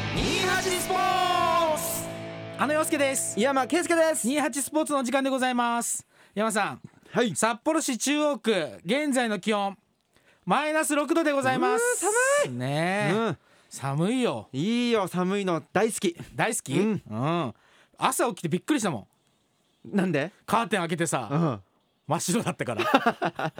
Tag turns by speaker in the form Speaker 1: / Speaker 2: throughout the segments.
Speaker 1: 28スポーツ
Speaker 2: 花洋介です
Speaker 1: 井山圭介です
Speaker 2: 28スポーツの時間でございます山さん
Speaker 1: はい
Speaker 2: 札幌市中央区現在の気温マイナス6度でございます
Speaker 1: うー
Speaker 2: 寒いねえ、
Speaker 1: うん
Speaker 2: 寒いよ
Speaker 1: いいよ寒いの大好き
Speaker 2: 大好き、う
Speaker 1: うんん
Speaker 2: 朝起きてびっくりしたもん
Speaker 1: なんで
Speaker 2: カーテン開けてさ、
Speaker 1: うん
Speaker 2: 真っ白だったから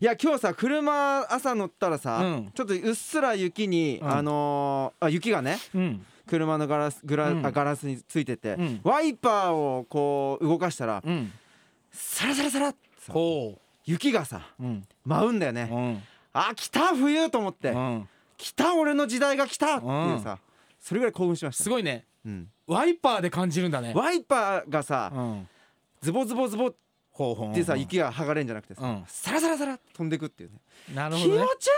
Speaker 1: いや今日さ車朝乗ったらさ、
Speaker 2: うん
Speaker 1: ちょっとうっすら雪に、
Speaker 2: ん
Speaker 1: あのーあ雪がね
Speaker 2: うん
Speaker 1: 車のガラスグラ、
Speaker 2: うん
Speaker 1: あガラスについてて、
Speaker 2: うん
Speaker 1: ワイパーをこう動かしたら、
Speaker 2: うん
Speaker 1: サラサラサラってさ
Speaker 2: こ
Speaker 1: 雪がさ
Speaker 2: ううん
Speaker 1: 舞うんだよね、
Speaker 2: うん
Speaker 1: あ来た冬と思って、
Speaker 2: うん
Speaker 1: 来た俺の時代が来たっていうさ、それぐらい興奮しまし
Speaker 2: す
Speaker 1: た、
Speaker 2: ごいね
Speaker 1: うん、
Speaker 2: ワイパーで感じるんだね
Speaker 1: ワイパーがさ、
Speaker 2: うん
Speaker 1: ズボズボズボっ
Speaker 2: ほうほう
Speaker 1: てさ雪が剥がれんじゃなくてさ、
Speaker 2: うん
Speaker 1: サラサラサラ飛んでくっていうね
Speaker 2: なる
Speaker 1: 気
Speaker 2: ほど
Speaker 1: 持
Speaker 2: ね
Speaker 1: ち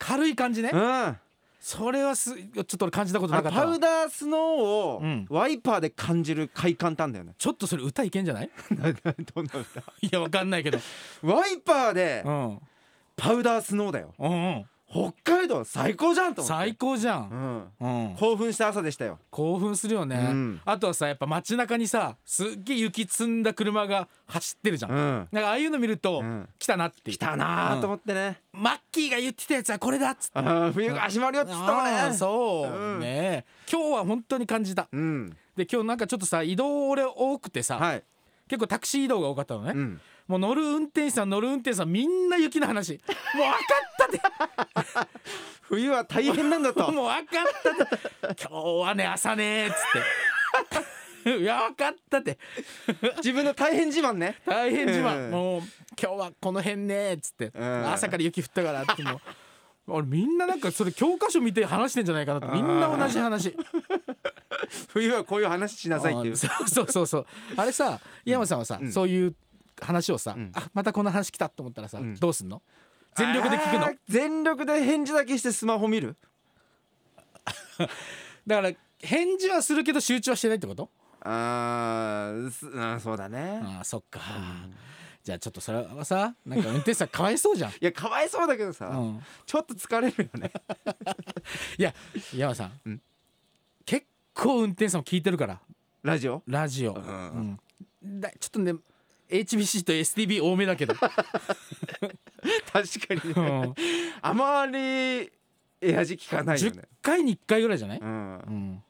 Speaker 2: 軽い感じね
Speaker 1: いい、うん、あ
Speaker 2: それはすちょっと俺感じたことなか
Speaker 1: の
Speaker 2: った
Speaker 1: パ
Speaker 2: わ
Speaker 1: ウダースノーを
Speaker 2: うん
Speaker 1: ワイパーで感じる快感たんだ よね
Speaker 2: ちょっとそれ歌いけんじゃない
Speaker 1: どんな歌
Speaker 2: いやわかんないけど
Speaker 1: ワイパーで
Speaker 2: うんうん
Speaker 1: パウダースノーだよ
Speaker 2: うん
Speaker 1: 北海道最高じゃんと思って
Speaker 2: 最高じゃ
Speaker 1: うんん
Speaker 2: うん
Speaker 1: 興奮した朝でしたよ
Speaker 2: 興奮するよね、
Speaker 1: うん
Speaker 2: あとはさやっぱ街中にさすっげえ雪積んだ車が走ってるじゃん、
Speaker 1: う
Speaker 2: なん
Speaker 1: ん
Speaker 2: かああいうの見ると、
Speaker 1: うん
Speaker 2: 来たなっていう
Speaker 1: 来たなーと思ってね、
Speaker 2: マッキーが言ってたやつはこれだっつって
Speaker 1: あー冬が始まるよっつったもん
Speaker 2: あー
Speaker 1: ね
Speaker 2: そう、
Speaker 1: うん
Speaker 2: ね今日は本当に感じた
Speaker 1: うん
Speaker 2: で今日なんかちょっとさ移動俺多くてさ、
Speaker 1: はい、
Speaker 2: 結構タクシー移動が多かったのね、
Speaker 1: うん、
Speaker 2: もう乗る運転手さん乗る運転手さんみんな雪の話もう分かった で
Speaker 1: 冬は大変な んだと
Speaker 2: もう分かったって今日はね朝ねーっつって いや分かったって
Speaker 1: 自分の大変自 慢ね
Speaker 2: 大変自慢、
Speaker 1: うん
Speaker 2: もう今日はこの辺ねーっつって、
Speaker 1: ん
Speaker 2: 朝から雪降ったからってもう 俺みんななんかそれ教科書見て話してんじゃないかなってみんな同じ話
Speaker 1: 冬はこういう話しなさいってい
Speaker 2: あ
Speaker 1: う
Speaker 2: ーそうそうそうそうあれさ井山さんはさ、そういう話をさ、
Speaker 1: ん
Speaker 2: あまたこの話来たと思ったらさ、
Speaker 1: ん
Speaker 2: どうすんの全力で聞く
Speaker 1: あ
Speaker 2: の
Speaker 1: ー全力で返事だけしてスマホ見る
Speaker 2: だから返事はするけど集中はしてないってこと
Speaker 1: あーすあーそうだね、い
Speaker 2: ああそっか、じゃあちょっとそれはさなんか運転手さんかわ いそうじゃん
Speaker 1: やかわいそうだけどさ、
Speaker 2: うん
Speaker 1: ちょっと疲れる よね
Speaker 2: いや山さん、結構運転手さんも聞いてるから
Speaker 1: ラジオ
Speaker 2: ラジオ、
Speaker 1: ん
Speaker 2: うんだちょっとね HBC と STB 多めだけど、
Speaker 1: 確かに
Speaker 2: う
Speaker 1: ね、
Speaker 2: ん、
Speaker 1: あまりエアジ聞かないよ
Speaker 2: 10
Speaker 1: ね、
Speaker 2: 回に1回ぐらいじゃない、
Speaker 1: うん、
Speaker 2: うん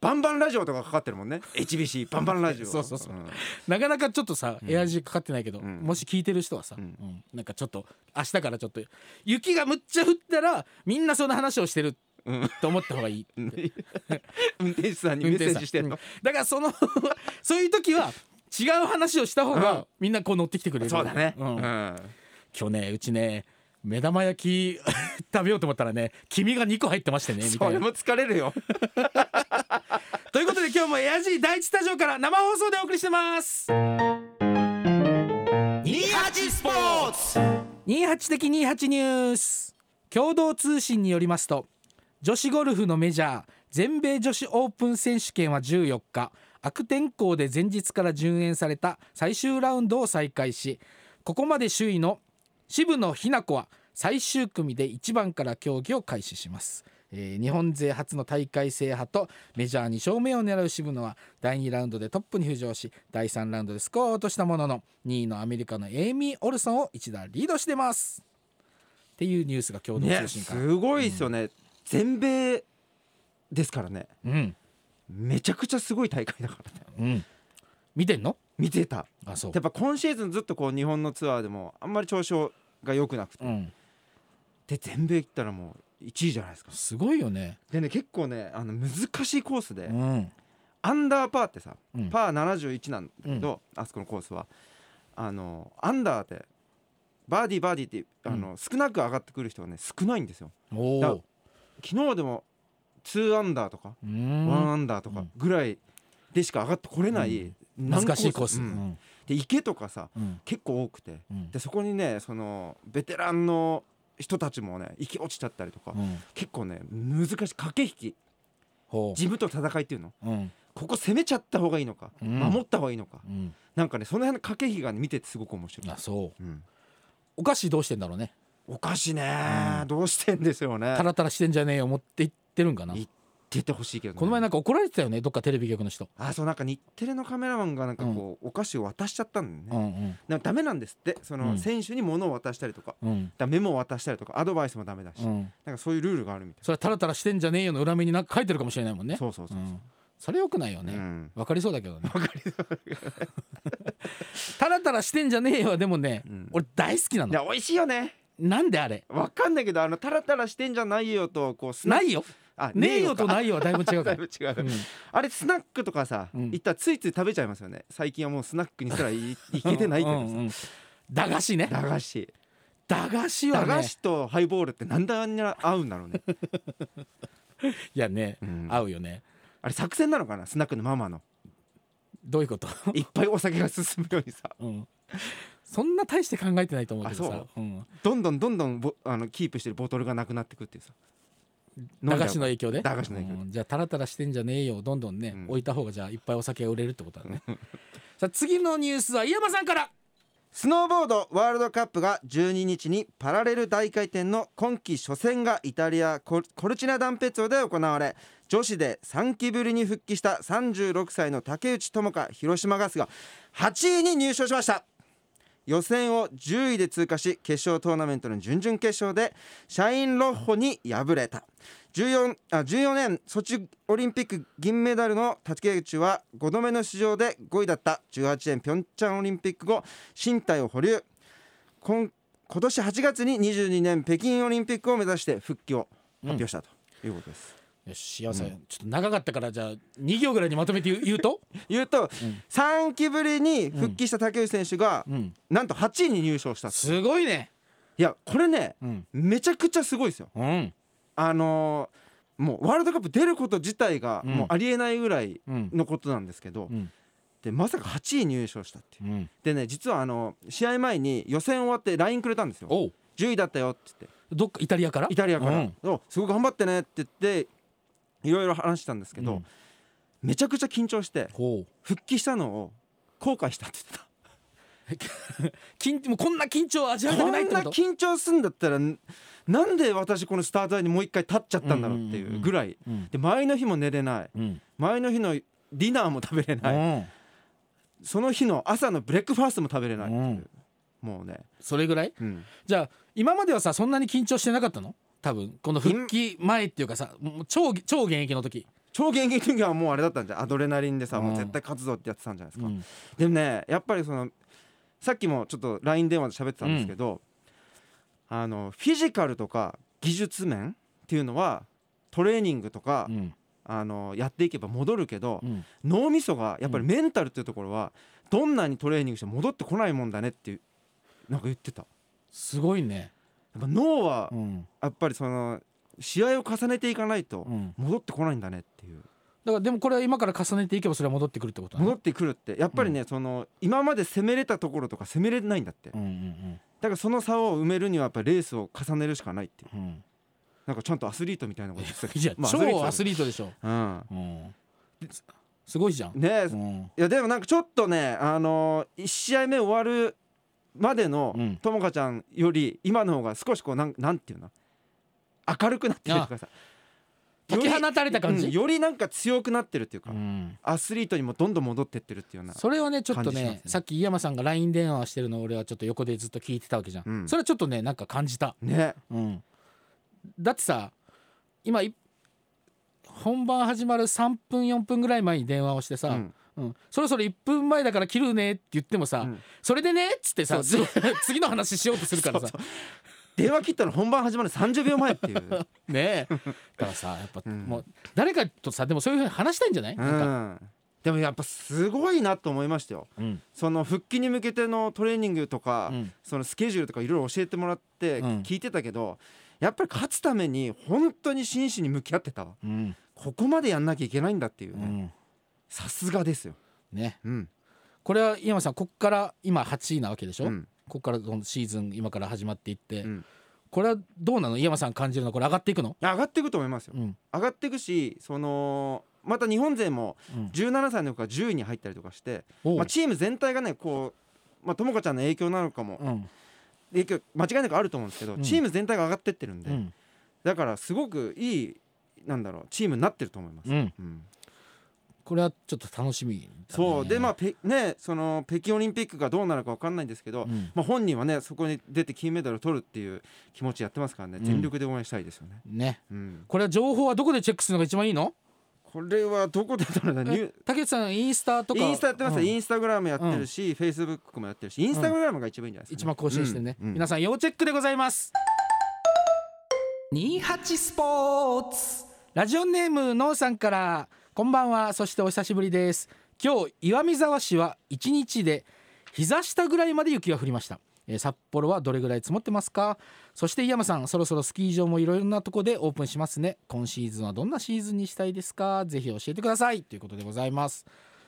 Speaker 1: バンバンラジオとかかかってるもんね HBC バンバンラジ オ
Speaker 2: そうそうそうんなかなかちょっとさ、エアジーかかってないけど、
Speaker 1: ん
Speaker 2: もし聞いてる人はさ、
Speaker 1: ん
Speaker 2: うんなんかちょっと明日からちょっと雪がむっちゃ降ったらみんなその話をしてる
Speaker 1: うん
Speaker 2: と思った方がいいって
Speaker 1: 運転手さんにメッセージしてんの
Speaker 2: 運転手さんうんだからその そういう時は違う話をした方が、
Speaker 1: うん
Speaker 2: みんなこう乗ってきてくれる
Speaker 1: そうだね、
Speaker 2: うん
Speaker 1: うん
Speaker 2: 今日ねうちね目玉焼き 食べようと思ったらね黄身が2個入ってましてねみ
Speaker 1: そ
Speaker 2: たい
Speaker 1: れ
Speaker 2: な
Speaker 1: も疲れるよ
Speaker 2: ということで今日もエアジー第一スタジオから生放送でお送りしてます
Speaker 1: 28スポーツ
Speaker 2: 28的28ニュース共同通信によりますと女子ゴルフのメジャー全米女子オープン選手権は14日悪天候で前日から順延された最終ラウンドを再開しここまで首位の渋野日向子は最終組で1番から競技を開始します、えー日本勢初の大会制覇とメジャー2勝目を狙う渋野は第2ラウンドでトップに浮上し第3ラウンドでスコアを落としたものの2位のアメリカのエイミー・オルソンを1打リードしてますっていうニュースが共同
Speaker 1: ね
Speaker 2: 通信から、
Speaker 1: すごいですよね、全米ですからね
Speaker 2: うん
Speaker 1: めちゃくちゃすごい大会だからね
Speaker 2: うん見てんの
Speaker 1: 見てた
Speaker 2: あそう
Speaker 1: やっぱ今シーズンずっとこう日本のツアーでもあんまり調子が良くなくて、
Speaker 2: うん
Speaker 1: で全米行ったらもう1位じゃないですか
Speaker 2: すごいよね
Speaker 1: でね結構ねあの難しいコースで、
Speaker 2: うん
Speaker 1: アンダーパーってさ、
Speaker 2: うん
Speaker 1: パー71なんだけど、あそこのコースはあのアンダーでバーディーバーディーってあの、少なく上がってくる人がね少ないんですよ
Speaker 2: お
Speaker 1: だ
Speaker 2: お
Speaker 1: 昨日でも2アンダーとか
Speaker 2: う
Speaker 1: ワン
Speaker 2: ん
Speaker 1: アンダーと
Speaker 2: う
Speaker 1: か
Speaker 2: ん
Speaker 1: ぐらいでしか上がってこれない、難
Speaker 2: 難しいコース、
Speaker 1: う
Speaker 2: うんん
Speaker 1: で池とかさ
Speaker 2: うん
Speaker 1: 結構多くて
Speaker 2: うん
Speaker 1: でそこにねそのベテランの人たちもね生き落ちちゃったりとか、
Speaker 2: うん
Speaker 1: 結構ね難しい駆け引き
Speaker 2: ほ
Speaker 1: 自分との戦いっていうの
Speaker 2: ううん
Speaker 1: ここ攻めちゃった方がいいのか、
Speaker 2: うん
Speaker 1: 守った方がいいのか
Speaker 2: うん
Speaker 1: なんかねその辺の駆け引きが、ね、見ててすごく面白い
Speaker 2: あ、そう
Speaker 1: うん、
Speaker 2: お菓子どうしてんだろうね
Speaker 1: おかしいね、どうしてんですよね
Speaker 2: タラタラしてんじゃねえよ持って行ってるんかな
Speaker 1: 行っ出てほしいけどね
Speaker 2: この前なんか怒られてたよねどっかテレビ局の人、
Speaker 1: あそうなんか日テレのカメラマンがなんかこう、お菓子を渡しちゃったんだ
Speaker 2: う
Speaker 1: よね、
Speaker 2: ん
Speaker 1: なんかダメなんですってその、
Speaker 2: うん
Speaker 1: 選手に物を渡したりとか
Speaker 2: うんうん
Speaker 1: だからメモを渡したりとかアドバイスもダメだし、
Speaker 2: うん
Speaker 1: なんかそういうルールがあるみたい
Speaker 2: それはタラタラしてんじゃねえよの裏目になんか書いてるかもしれないもん
Speaker 1: な、
Speaker 2: ね
Speaker 1: そうそうそうう、
Speaker 2: んそれよくないよね、
Speaker 1: うん
Speaker 2: わかりそうだけどねわかりそうタラタラしてんじゃねえよはでもね、
Speaker 1: うん
Speaker 2: 俺大好きな
Speaker 1: で
Speaker 2: の
Speaker 1: 美味しいよね
Speaker 2: なんであれ
Speaker 1: わかんないけどあのタラタラしてんじゃないよとこうスナッ
Speaker 2: な
Speaker 1: ク
Speaker 2: いよ
Speaker 1: あ
Speaker 2: ねえよと
Speaker 1: か
Speaker 2: ないよはだいぶ違う
Speaker 1: だ
Speaker 2: か
Speaker 1: い
Speaker 2: ら
Speaker 1: ぶ違う、
Speaker 2: うん
Speaker 1: あれスナックとかさ、
Speaker 2: うん
Speaker 1: 行ったらついつい食べちゃいますよね最近はもうスナックにすらい行けてないけどさ、
Speaker 2: うんうん駄菓子ね
Speaker 1: 駄菓子
Speaker 2: 駄菓子は
Speaker 1: 駄
Speaker 2: ね
Speaker 1: 菓子とハイボールってなんであんな合うんだろうね、
Speaker 2: いやね、
Speaker 1: うん
Speaker 2: 合うよね
Speaker 1: あれ作戦なのかなスナックの ママの
Speaker 2: どういうこと、
Speaker 1: いっぱいお酒が進むようにさ
Speaker 2: うん、そんな大して考えてないと思うけど
Speaker 1: あ
Speaker 2: さ、
Speaker 1: そう
Speaker 2: ん、
Speaker 1: どんどんどんどんぼあのキープしてるボトルがなくなってくっていうさ
Speaker 2: 駄菓子の
Speaker 1: 飲んじゃ
Speaker 2: 影響
Speaker 1: う
Speaker 2: で
Speaker 1: 駄菓子の影響で
Speaker 2: うんじゃあタラタラしてんじゃねえよどんどんね、
Speaker 1: うん
Speaker 2: 置いた方がじゃあいっぱいお酒が売れるってことだねさあ次のニュースは井山さんから
Speaker 1: スノーボードワールドカップが12日にパラレル大回転の今季初戦がイタリアコルコルチナダンペッツォで行われ女子で3期ぶりに復帰した36歳の竹内智香広島ガスが8位に入賞しました予選を10位で通過し決勝トーナメントの準々決勝でシャインロッホに敗れた 14, あ14年ソチオリンピック銀メダルの竹内は5度目の出場で5位だった18年ピョンチャンオリンピック後身体を保留今今年8月に22年北京オリンピックを目指して復帰を発表したということです。
Speaker 2: よし井山さん、ちょっと長かったからじゃあ2行ぐらいにまとめて言う言う と、
Speaker 1: 言うと、
Speaker 2: うん
Speaker 1: 3期ぶりに復帰した竹内選手が、
Speaker 2: うん、
Speaker 1: なんと8位に入賞したと
Speaker 2: すごいね
Speaker 1: いやこれね
Speaker 2: うん、
Speaker 1: めちゃくちゃすごいですよ。
Speaker 2: うん
Speaker 1: あのーもうワールドカップ出ること自体が
Speaker 2: うん
Speaker 1: もうありえないぐらい
Speaker 2: うん
Speaker 1: のことなんですけど、
Speaker 2: うん
Speaker 1: でまさか8位入賞したっていう
Speaker 2: うん
Speaker 1: でね実はあの試合前に予選終わって LINE くれたんですよ
Speaker 2: おう
Speaker 1: 10位だったよって言って
Speaker 2: どっかイタリアから
Speaker 1: イタリアから、
Speaker 2: うん
Speaker 1: おすごい頑張ってねって言っていろいろ話したんですけど、
Speaker 2: うん
Speaker 1: めちゃくちゃ緊張して
Speaker 2: ほう
Speaker 1: 復帰したのを後悔したって言って
Speaker 2: 緊もうこんな緊張味わい
Speaker 1: た
Speaker 2: たく
Speaker 1: こん
Speaker 2: ないって
Speaker 1: な
Speaker 2: こと
Speaker 1: 緊張するんだったらんなんで私このスタートラインにもう一回立っちゃったんだろうっていうぐらい
Speaker 2: うん
Speaker 1: で前の日も寝れない
Speaker 2: うん
Speaker 1: 前の日のディナーも食べれない、
Speaker 2: うん
Speaker 1: その日の朝のブレックファーストも食べれないっていう、
Speaker 2: うん
Speaker 1: もうね、
Speaker 2: それぐらい
Speaker 1: うん
Speaker 2: じゃあ今まではさそんなに緊張してなかったの多分この復帰前っていうかさもう超超現役の時、
Speaker 1: 超現役の時はもうあれだったんじゃんアドレナリンでさ、もう
Speaker 2: あー
Speaker 1: 絶対勝つぞってやってたんじゃないです
Speaker 2: う
Speaker 1: か、
Speaker 2: ん
Speaker 1: でもねやっぱりそのさっきもちょっと LINE 電話で喋ってたんですけど、あのフィジカルとか技術面っていうのはトレーニングとか、
Speaker 2: うん
Speaker 1: あのやっていけば戻るけど、
Speaker 2: うん
Speaker 1: 脳みそがやっぱりメンタルっていうところはどんなにトレーニングしても戻ってこないもんだねっていうなんか言ってたや
Speaker 2: すごいね、
Speaker 1: っぱ脳は
Speaker 2: うん
Speaker 1: やっぱりその試合を重ねていかないと
Speaker 2: うん
Speaker 1: 戻ってこないんだねっていう
Speaker 2: だからでもこれは今から重ねていけばそれは戻ってくるってことだね
Speaker 1: 戻ってくるってやっぱりね、その今まで攻めれたところとか攻めれないんだって、
Speaker 2: うんうん
Speaker 1: だからその差を埋めるにはやっぱりレースを重ねるしかないっていう
Speaker 2: うんうん
Speaker 1: なんかちゃんとアスリートみたいなこと言ってたけど
Speaker 2: いや、
Speaker 1: まあ
Speaker 2: 超アス
Speaker 1: リ
Speaker 2: リートでしょ、
Speaker 1: ートだけ
Speaker 2: うん、すすごいじゃん、
Speaker 1: どうんねえ、
Speaker 2: う
Speaker 1: い
Speaker 2: ん
Speaker 1: やでもなんかちょっとねあのー、1試合目終わるまでの
Speaker 2: うん
Speaker 1: ともかちゃんより今の方が少しこうなんなんていうの明るくなってるとかさ
Speaker 2: 解き放たれた感じ
Speaker 1: うんよりなんか強くなってるっていうか、
Speaker 2: うん
Speaker 1: アスリートにもどんどん戻ってってるっていうような
Speaker 2: それはねちょっと
Speaker 1: 感じしま
Speaker 2: ね
Speaker 1: すね
Speaker 2: さっき井山さんが LINE 電話してるのを俺はちょっと横でずっと聞いてたわけじゃん、
Speaker 1: うん
Speaker 2: それはちょっとねなんか感じた、
Speaker 1: ね
Speaker 2: うん、だってさ今い本番始まる3分4分ぐらい前に電話をしてさ、
Speaker 1: うん
Speaker 2: うんそろそろ1分前だから切るねって言ってもさ、
Speaker 1: うん
Speaker 2: それでねっつってさ
Speaker 1: そう
Speaker 2: 次の話しようとするからさ
Speaker 1: そう電話切ったの本番始まる30秒前っ ていう、
Speaker 2: ねえ だからさやっぱ、
Speaker 1: うん
Speaker 2: もう誰かとさでもそういうふうに話したいんじゃない、
Speaker 1: う
Speaker 2: なんか
Speaker 1: ん、でもやっぱすごいなと思いましたよ
Speaker 2: うん
Speaker 1: その復帰に向けてのトレーニングとか、
Speaker 2: うん
Speaker 1: そのスケジュールとかいろいろ教えてもらって
Speaker 2: うん
Speaker 1: 聞いてたけど、やっぱり勝つために本当に真摯に向き合ってたわ
Speaker 2: うん
Speaker 1: ここまでやんなきゃいけないんだっていう
Speaker 2: う
Speaker 1: ね
Speaker 2: ん
Speaker 1: さすがですよ、
Speaker 2: ね
Speaker 1: うん
Speaker 2: これは井山さんこっから今8位なわけでしょ、
Speaker 1: うん
Speaker 2: ここからこのシーズン今から始まっていって、
Speaker 1: うん
Speaker 2: これはどうなの井山さん感じるのこれ上がっていくの、
Speaker 1: 上がっていくと思いますよ
Speaker 2: うん
Speaker 1: 上がっていくしそのまた日本勢も
Speaker 2: うん
Speaker 1: 17歳の子が10位に入ったりとかして、
Speaker 2: おう
Speaker 1: まあ、チーム全体がねこう、まあ、ともかちゃんの影響なのかも
Speaker 2: うん
Speaker 1: 影響間違いなくあると思うんですけど、
Speaker 2: うん
Speaker 1: チーム全体が上がってってるんで、
Speaker 2: うん
Speaker 1: だからすごくいいなんだろうチームになってると思います。
Speaker 2: うん、
Speaker 1: うん
Speaker 2: これはちょっと楽しみ、
Speaker 1: そうでまあ、ペねその北京オリンピックがどうなるかわかんないんですけど、
Speaker 2: うん
Speaker 1: まあ、本人はねそこに出て金メダルを取るっていう気持ちやってますからね
Speaker 2: うん
Speaker 1: 全力で応援したいですよね。
Speaker 2: ね
Speaker 1: うん、
Speaker 2: これは情報はどこでチェックするのが一番いいの
Speaker 1: これはどこでだろうなニュー
Speaker 2: え竹内さんインスタとか
Speaker 1: インスタやってます、
Speaker 2: うん
Speaker 1: インスタグラムやってるし、フェイスブックもやってるしインスタグラムが一番いいんじゃないです
Speaker 2: 一
Speaker 1: か、ね
Speaker 2: 番更新してね、
Speaker 1: うんうん
Speaker 2: 皆さん要チェックでございます28スポーツラジオネームのうさんからこんばんはそしてお久しぶりです今日岩見沢市は一日で膝下ぐらいまで雪が降りましたえー札幌はどれぐらい積もってますかそして井山さんそろそろスキー場もいろいろなとこでオープンしますね今シーズンはどんなシーズンにしたいですかぜひ教えてくださいということでございます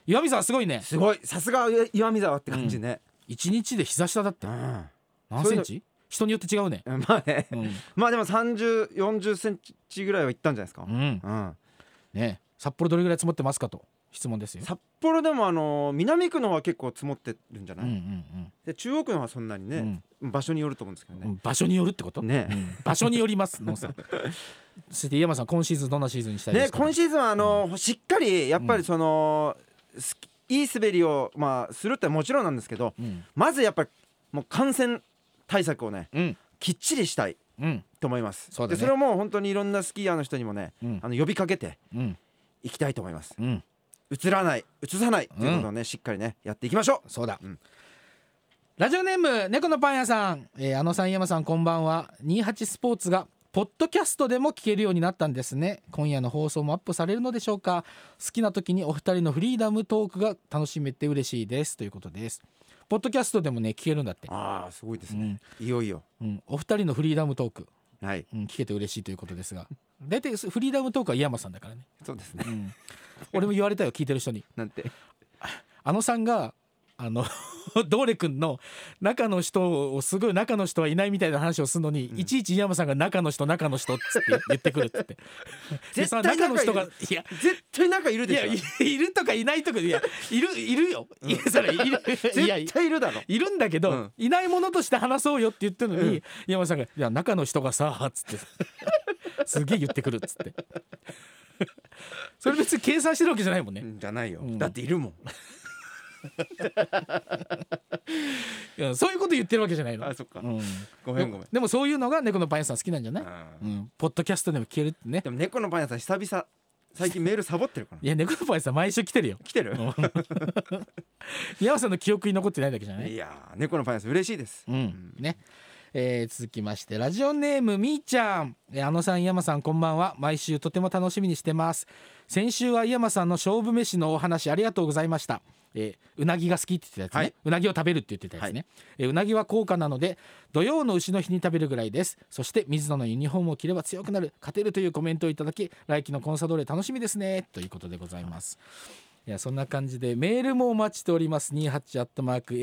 Speaker 2: 岩見沢すごいね
Speaker 1: すごいさすが岩岩見沢って感じね、
Speaker 2: 一日で膝下だって
Speaker 1: うん
Speaker 2: 何
Speaker 1: そ
Speaker 2: セ
Speaker 1: ういう
Speaker 2: ン
Speaker 1: の
Speaker 2: チ人によって違うね、
Speaker 1: うん まあね、
Speaker 2: うん
Speaker 1: まあでも3040センチぐらいはいったんじゃないですか
Speaker 2: う、ん、
Speaker 1: うん
Speaker 2: ね札幌どれぐらい積もってますかと質問ですよ。
Speaker 1: 札幌でもあの南区の方は結構積もってるんじゃ
Speaker 2: う
Speaker 1: なんい、
Speaker 2: うん
Speaker 1: で中央区の方はそんなに
Speaker 2: うん
Speaker 1: ね、場所によると思うんですけど
Speaker 2: う
Speaker 1: ね、
Speaker 2: ん場所によるってこと、
Speaker 1: ね
Speaker 2: うん場所によりますの さんそして井山さん今シーズンどんなシーズンにしたいで
Speaker 1: ね
Speaker 2: すか、
Speaker 1: 今シーズンはあの、しっかりやっぱりその、すいい滑りをまあするってもちろんなんですけど
Speaker 2: うん
Speaker 1: まずやっぱりもう感染対策をね
Speaker 2: うん
Speaker 1: きっちりしたい
Speaker 2: うん
Speaker 1: と思います
Speaker 2: そうだね
Speaker 1: でそれをもう本当にいろんなスキーヤーの人にもね
Speaker 2: うん
Speaker 1: あの呼びかけて
Speaker 2: うん
Speaker 1: いきたいと思います
Speaker 2: うん
Speaker 1: うつらない移さないということをね、しっかりねやっていきましょう
Speaker 2: そうだ、
Speaker 1: うん
Speaker 2: ラジオネーム猫のパン屋さん、えー、あのさん井山さんこんばんは28スポーツがポッドキャストでも聞けるようになったんですね今夜の放送もアップされるのでしょうか好きな時にお二人のフリーダムトークが楽しめて嬉しいですということですポッドキャストでもね聞けるんだって、
Speaker 1: ああすごいです
Speaker 2: う
Speaker 1: ね、
Speaker 2: ん
Speaker 1: いよいよ
Speaker 2: うん、お二人のフリーダムトーク、
Speaker 1: はい
Speaker 2: うん、聞けて嬉しいということですが大体フリーダムトークは井山さんだからね、
Speaker 1: そうですね
Speaker 2: うん、俺も言われたよ聞いてる人に
Speaker 1: なんて
Speaker 2: あのさんがあの ドーレ君の中の人をすごい中の人はいないみたいな話をするのに、いちいち井山さんが中の人中の人っつって言ってくるっつって で
Speaker 1: 絶
Speaker 2: その
Speaker 1: 対
Speaker 2: 中の人が
Speaker 1: 仲
Speaker 2: い
Speaker 1: い
Speaker 2: や
Speaker 1: 絶対なんかいる
Speaker 2: い
Speaker 1: でし
Speaker 2: や
Speaker 1: ょ
Speaker 2: いいるとかいないとかいやいるいるよ、いやそれいるいやい
Speaker 1: 絶対いるだろ
Speaker 2: いるんだけど、
Speaker 1: うん
Speaker 2: いないものとして話そうよって言ってるのに、井山さんが「いや中の人がさ」っつってすげえ言ってくるっつってそれ別に計算してるわけじゃないもんね、
Speaker 1: うんじゃないよ、
Speaker 2: ん
Speaker 1: だっているもん
Speaker 2: いやそういうこと言ってるわけじゃないの
Speaker 1: あ、そっか、
Speaker 2: うん、
Speaker 1: ごめんごめん
Speaker 2: でもそういうのが猫のパン屋さん好きなんじゃない、
Speaker 1: う
Speaker 2: うんん、ポッドキャストでも聞けるってね
Speaker 1: でも猫のパン屋さん久々最近メールサボってるから
Speaker 2: いや猫のパン屋さん毎週来てるよ
Speaker 1: 来てる、
Speaker 2: 井山さんの記憶に残ってないだけじゃない
Speaker 1: いやー猫のパン屋さん嬉しいです、
Speaker 2: うん、ね。えー続きましてラジオネームみーちゃん、えーあのさん井山さんこんばんは毎週とても楽しみにしてます先週は井山さんの勝負飯のお話ありがとうございました、えーうなぎが好きって言ってたやつね、
Speaker 1: はいう
Speaker 2: なぎを食べるって言ってたやつね、えーうなぎは高価なので土曜の牛の日に食べるぐらいですそして水野のユニフォームを着れば強くなる勝てるというコメントをいただき来季のコンサドーレ楽しみですねということでございますいやそんな感じでメールもお待ちしております28アットマーク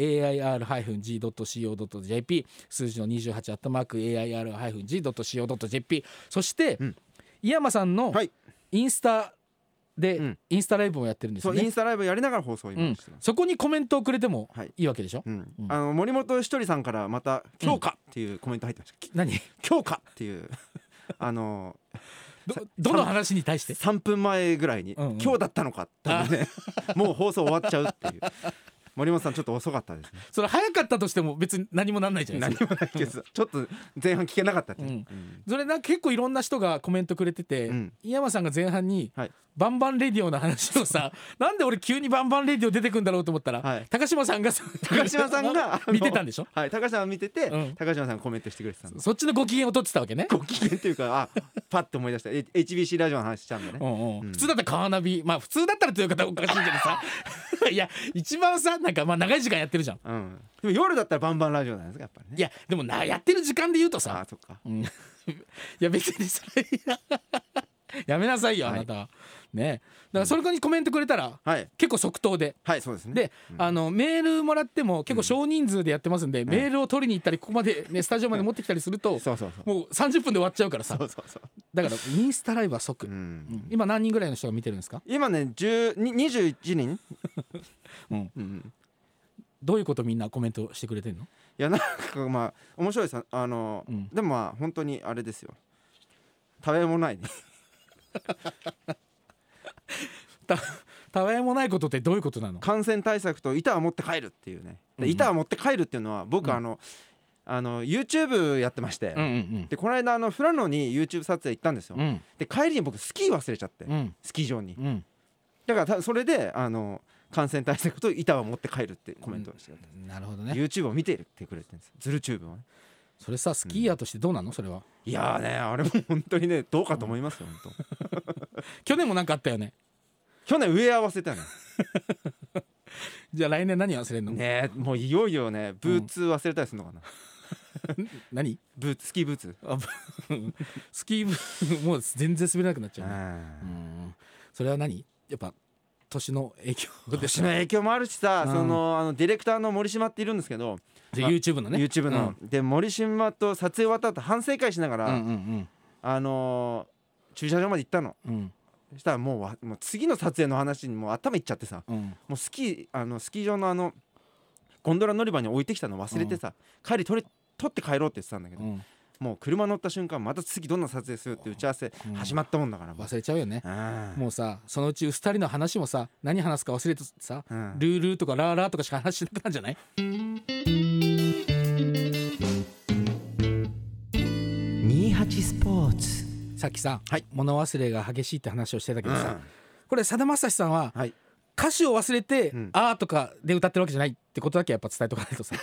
Speaker 2: AIR-G.CO.JP 数字の28アットマーク AIR-G.CO.JP そして、
Speaker 1: うん
Speaker 2: 井山さんの
Speaker 1: はい
Speaker 2: インスタで、
Speaker 1: うん
Speaker 2: インスタライブもやってるんです
Speaker 1: そ
Speaker 2: よ
Speaker 1: うイ
Speaker 2: ね
Speaker 1: ンスタライブやりながら放送を
Speaker 2: う
Speaker 1: 今
Speaker 2: ん
Speaker 1: してます、
Speaker 2: そこにコメントをくれても
Speaker 1: はい
Speaker 2: いいわけでしょ、
Speaker 1: うん
Speaker 2: うん
Speaker 1: あの森本ひとりさんからまた「強化」っていうコメント入ってました「き
Speaker 2: 何
Speaker 1: 強化」って いうあの
Speaker 2: どどの話に対して
Speaker 1: 3分前ぐらいに「
Speaker 2: うんうん
Speaker 1: 今日だったのか」って ねもう放送終わっちゃうっていう森本さんちょっと遅かった ですね
Speaker 2: それ早かったとしても別に何もなんないじゃない
Speaker 1: 何
Speaker 2: ですか
Speaker 1: もないけどちょっと前半聞けなかったっていう、
Speaker 2: うん
Speaker 1: うん
Speaker 2: それなんか結構いろんな人がコメントくれてて、
Speaker 1: うん
Speaker 2: 井山さんが前半に、
Speaker 1: はい
Speaker 2: バンバンレディオ」の話を さなんで俺急に「バンバンレディオ」出てくんだろうと思ったら、
Speaker 1: はい
Speaker 2: 高島さんがさ
Speaker 1: 高島さ んが
Speaker 2: 見てたんでしょ
Speaker 1: あのはい高島さん見てて、
Speaker 2: うん
Speaker 1: 高島さんがコメントしてくれてたんです
Speaker 2: そっちのご機嫌を取ってたわけね。
Speaker 1: ご機嫌っていうかあ パッと思い出したえ HBC ラジオの話しちゃうん
Speaker 2: う
Speaker 1: だね、
Speaker 2: んう、
Speaker 1: うんん
Speaker 2: 普通だったらカーナビまあ普通だったらという方おかしいけど さいや一番さなんかまあ長い時間やってるじゃん
Speaker 1: うん、でも夜だったらバンバンラジオなんですかやっぱりね
Speaker 2: いやでもなやってる時間で言うと
Speaker 1: あ
Speaker 2: さ
Speaker 1: ーそっか
Speaker 2: うんいや別にそれやめなさいよあ
Speaker 1: はい
Speaker 2: なたは、ねだからそれにコメントくれたら、
Speaker 1: はい
Speaker 2: 結構即答で
Speaker 1: はいそうですね
Speaker 2: で、
Speaker 1: うん
Speaker 2: あのメールもらっても結構少人数でやってますんで、メールを取りに行った りここまで、ね、スタジオまで持ってきたりすると
Speaker 1: そうそう そう
Speaker 2: もう30分で終わっちゃうからさ
Speaker 1: そうそうそう
Speaker 2: だからインスタライブは即、
Speaker 1: う
Speaker 2: うんん今何人ぐらいの人が見てるんですか、
Speaker 1: 今ね10に21人、
Speaker 2: うん、
Speaker 1: うん、
Speaker 2: どういうことみんなコメントしてくれてるの
Speaker 1: いやなんかまあ面白いさあの、
Speaker 2: うん
Speaker 1: でもまあ本当にあれですよ食べもない、
Speaker 2: たたわいもないことってどういうことなの
Speaker 1: 感染対策と板は持って帰るっていうね
Speaker 2: うんう
Speaker 1: で
Speaker 2: ん
Speaker 1: 板は持って帰るっていうのは
Speaker 2: う
Speaker 1: 僕
Speaker 2: ん
Speaker 1: あのあの YouTube やってまして、
Speaker 2: うんうん
Speaker 1: でこの間あの富良野に YouTube 撮影行ったんですよ、
Speaker 2: うん
Speaker 1: で帰りに僕スキー忘れちゃって、
Speaker 2: うん
Speaker 1: スキー場に
Speaker 2: うん
Speaker 1: だから多分それであの感染対策と板は持って帰るってコメントをしてくれた、
Speaker 2: なるほどね
Speaker 1: YouTube を見てるってくれてるんですズルチューブをね
Speaker 2: それさスキーヤーとしてどうなのそれはい
Speaker 1: やーねあれも本当にねどうかと思いますよ本当
Speaker 2: 去年もなんかあったよね
Speaker 1: 去年上合わせたよね
Speaker 2: じゃあ来年何忘れんの、
Speaker 1: ねえもういよいよねブーツ忘れたりするのかな、
Speaker 2: 何
Speaker 1: ブーツスキーブーツ
Speaker 2: あぶスキー部 もう全然滑れなくなっちゃうね、う
Speaker 1: うん
Speaker 2: んそれは何やっぱ年の影響で
Speaker 1: 年の 影響もあるしさ、
Speaker 2: うん
Speaker 1: そのあのディレクターの森島っているんですけど、
Speaker 2: で YouTube のね
Speaker 1: YouTube の、で森島と撮影終わった後反省会しなが
Speaker 2: う
Speaker 1: ら、
Speaker 2: んうん
Speaker 1: あのー駐車場まで行ったの
Speaker 2: うんうん
Speaker 1: そしたらもうわもう次の撮影の話にもう頭いっちゃってさ
Speaker 2: うん
Speaker 1: もうスキーあのスキー場のあのゴンドラ乗り場に置いてきたの忘れてさ、帰り取れ取って帰ろうって言ってたんだけど、
Speaker 2: うん
Speaker 1: もう車乗った瞬間また次どんな撮影するって打ち合わせ
Speaker 2: うん
Speaker 1: 始まったもんだから、もう
Speaker 2: 忘れちゃうよね
Speaker 1: ああ
Speaker 2: もうさそのうち2人の話もさ何話すか忘れてさ
Speaker 1: うん
Speaker 2: ルールーとかラーラーとかしか話しなくなるんじゃない
Speaker 1: 28スポーツ、
Speaker 2: さっきさ、
Speaker 1: はい
Speaker 2: 物忘れが激しいって話をしてたけ
Speaker 1: う
Speaker 2: ど
Speaker 1: ん
Speaker 2: さ、これさだまさしさんは
Speaker 1: はい
Speaker 2: 歌詞を忘れて「
Speaker 1: うん
Speaker 2: あー」とかで歌ってるわけじゃないってことだけやっぱ伝えとかないとさ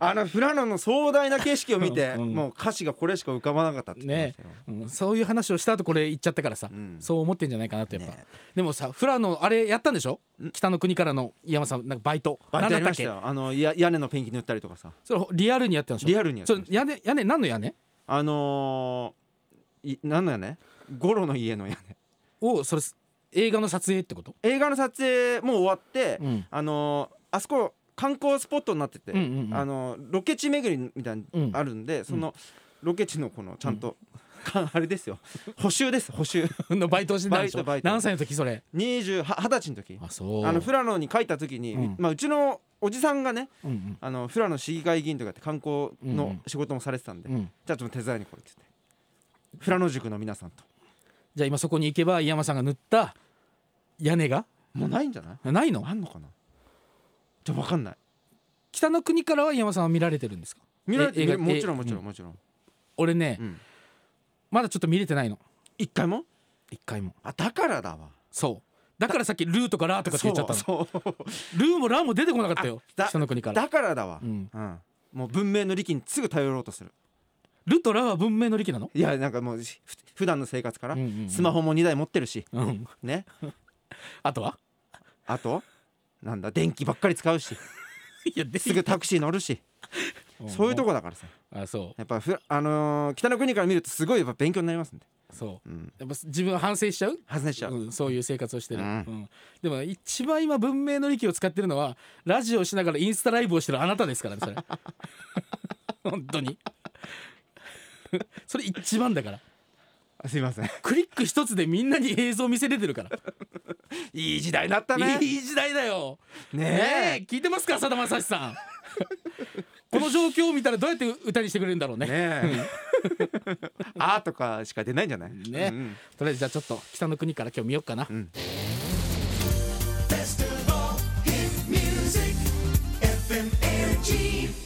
Speaker 1: あの富良野の壮大な景色を見て、
Speaker 2: うん
Speaker 1: もう歌詞がこれしか浮かばなかったって言ってましたよ
Speaker 2: うんそういう話をした後これ言っちゃったからさ、
Speaker 1: うん
Speaker 2: そう思ってんじゃないかなとやっぱ、
Speaker 1: ね
Speaker 2: でもさフラのあれやったんでしょ北の国からの井山さんなんかバイト
Speaker 1: バイトや
Speaker 2: 何だ
Speaker 1: りま
Speaker 2: っ
Speaker 1: した
Speaker 2: たっ
Speaker 1: よあのや屋根のペンキ塗ったりとかさ
Speaker 2: けそれリアルにやってたんでしょ
Speaker 1: リアルにやって
Speaker 2: そ
Speaker 1: ま
Speaker 2: れ
Speaker 1: した
Speaker 2: 屋根屋根何の屋根
Speaker 1: あのー、いなんのやねゴロの家の屋根
Speaker 2: をそれ映画の撮影ってこと、
Speaker 1: 映画の撮影もう終わって、
Speaker 2: うん
Speaker 1: あのーあそこ観光スポットになってて、
Speaker 2: うんうんうん
Speaker 1: あのーロケ地巡りみたいに
Speaker 2: うん
Speaker 1: あるんで、そのロケ地のこのちゃんと、か あれですよ補修です補修
Speaker 2: のバイトをしてたんでしょ
Speaker 1: バイトバイト
Speaker 2: 何歳の時それ
Speaker 1: 20は二十歳の時
Speaker 2: あそう
Speaker 1: あの富良野に帰った時に、
Speaker 2: うん
Speaker 1: まあ、うちのおじさんがね
Speaker 2: うん
Speaker 1: あの富良野市議会議員とかって観光
Speaker 2: うんう
Speaker 1: の
Speaker 2: ん
Speaker 1: 仕事もされてたんで、
Speaker 2: うんうん
Speaker 1: じゃあちょっと手伝いに来いって言って富良野塾の皆さんと
Speaker 2: じゃあ今そこに行けば井山さんが塗った屋根が
Speaker 1: もうないんじゃない
Speaker 2: ないの
Speaker 1: あんのかなじゃあ分かんない
Speaker 2: 北の国からは井山さんは見られてるんですか
Speaker 1: 見られて
Speaker 2: え映画
Speaker 1: るもちろ
Speaker 2: え
Speaker 1: んもちろ
Speaker 2: うん
Speaker 1: もちろん、
Speaker 2: 俺ね、
Speaker 1: うん、
Speaker 2: まだちょっと見れてないの
Speaker 1: 一回も
Speaker 2: 一回も
Speaker 1: あだからだわ
Speaker 2: そうだからさっき「ルー」とか「ラー」とかって言っちゃったの
Speaker 1: そうそう
Speaker 2: ルーもラーも出てこなかったよ
Speaker 1: だ
Speaker 2: 北の国から
Speaker 1: だからだわ、
Speaker 2: う
Speaker 1: うんんもう文明の利器にすぐ頼ろうとする
Speaker 2: ルとラは文明の利器なの
Speaker 1: いやなんかもうふ普段の生活から
Speaker 2: うんうんうん
Speaker 1: スマホも2台持ってるし、
Speaker 2: うん
Speaker 1: ね
Speaker 2: あとは
Speaker 1: あとなんだ電気ばっかり使うし
Speaker 2: いやです
Speaker 1: ぐタクシー乗るしそういうと
Speaker 2: こ
Speaker 1: こだからさ
Speaker 2: あそ
Speaker 1: やっぱふあのー北の国から見るとすごいやっぱ勉強になりますんで、
Speaker 2: うそう
Speaker 1: うん、
Speaker 2: やっぱ自分は反省しちゃう
Speaker 1: 外れちゃう、
Speaker 2: うん、そういう生活をしてる、う
Speaker 1: うんん
Speaker 2: でも一番今文明の利器を使ってるのはラジオをしながらインスタライブをしてるあなたですからね それ本当に それ一番だから
Speaker 1: あすいません
Speaker 2: クリック一つでみんなに映像見せれてるから
Speaker 1: いい時代になったね
Speaker 2: いい時代だよね
Speaker 1: ね
Speaker 2: え聞いてますかさだまさし さんこの状況を見たらどうやって歌にしてくれるんだろうね
Speaker 1: え ねえあーとかしか出ないんじゃない
Speaker 2: ね
Speaker 1: うんうん
Speaker 2: とりあえずじゃあちょっと北の国から今日見ようかな、
Speaker 1: ん
Speaker 3: Festival Hit Music, FMNG.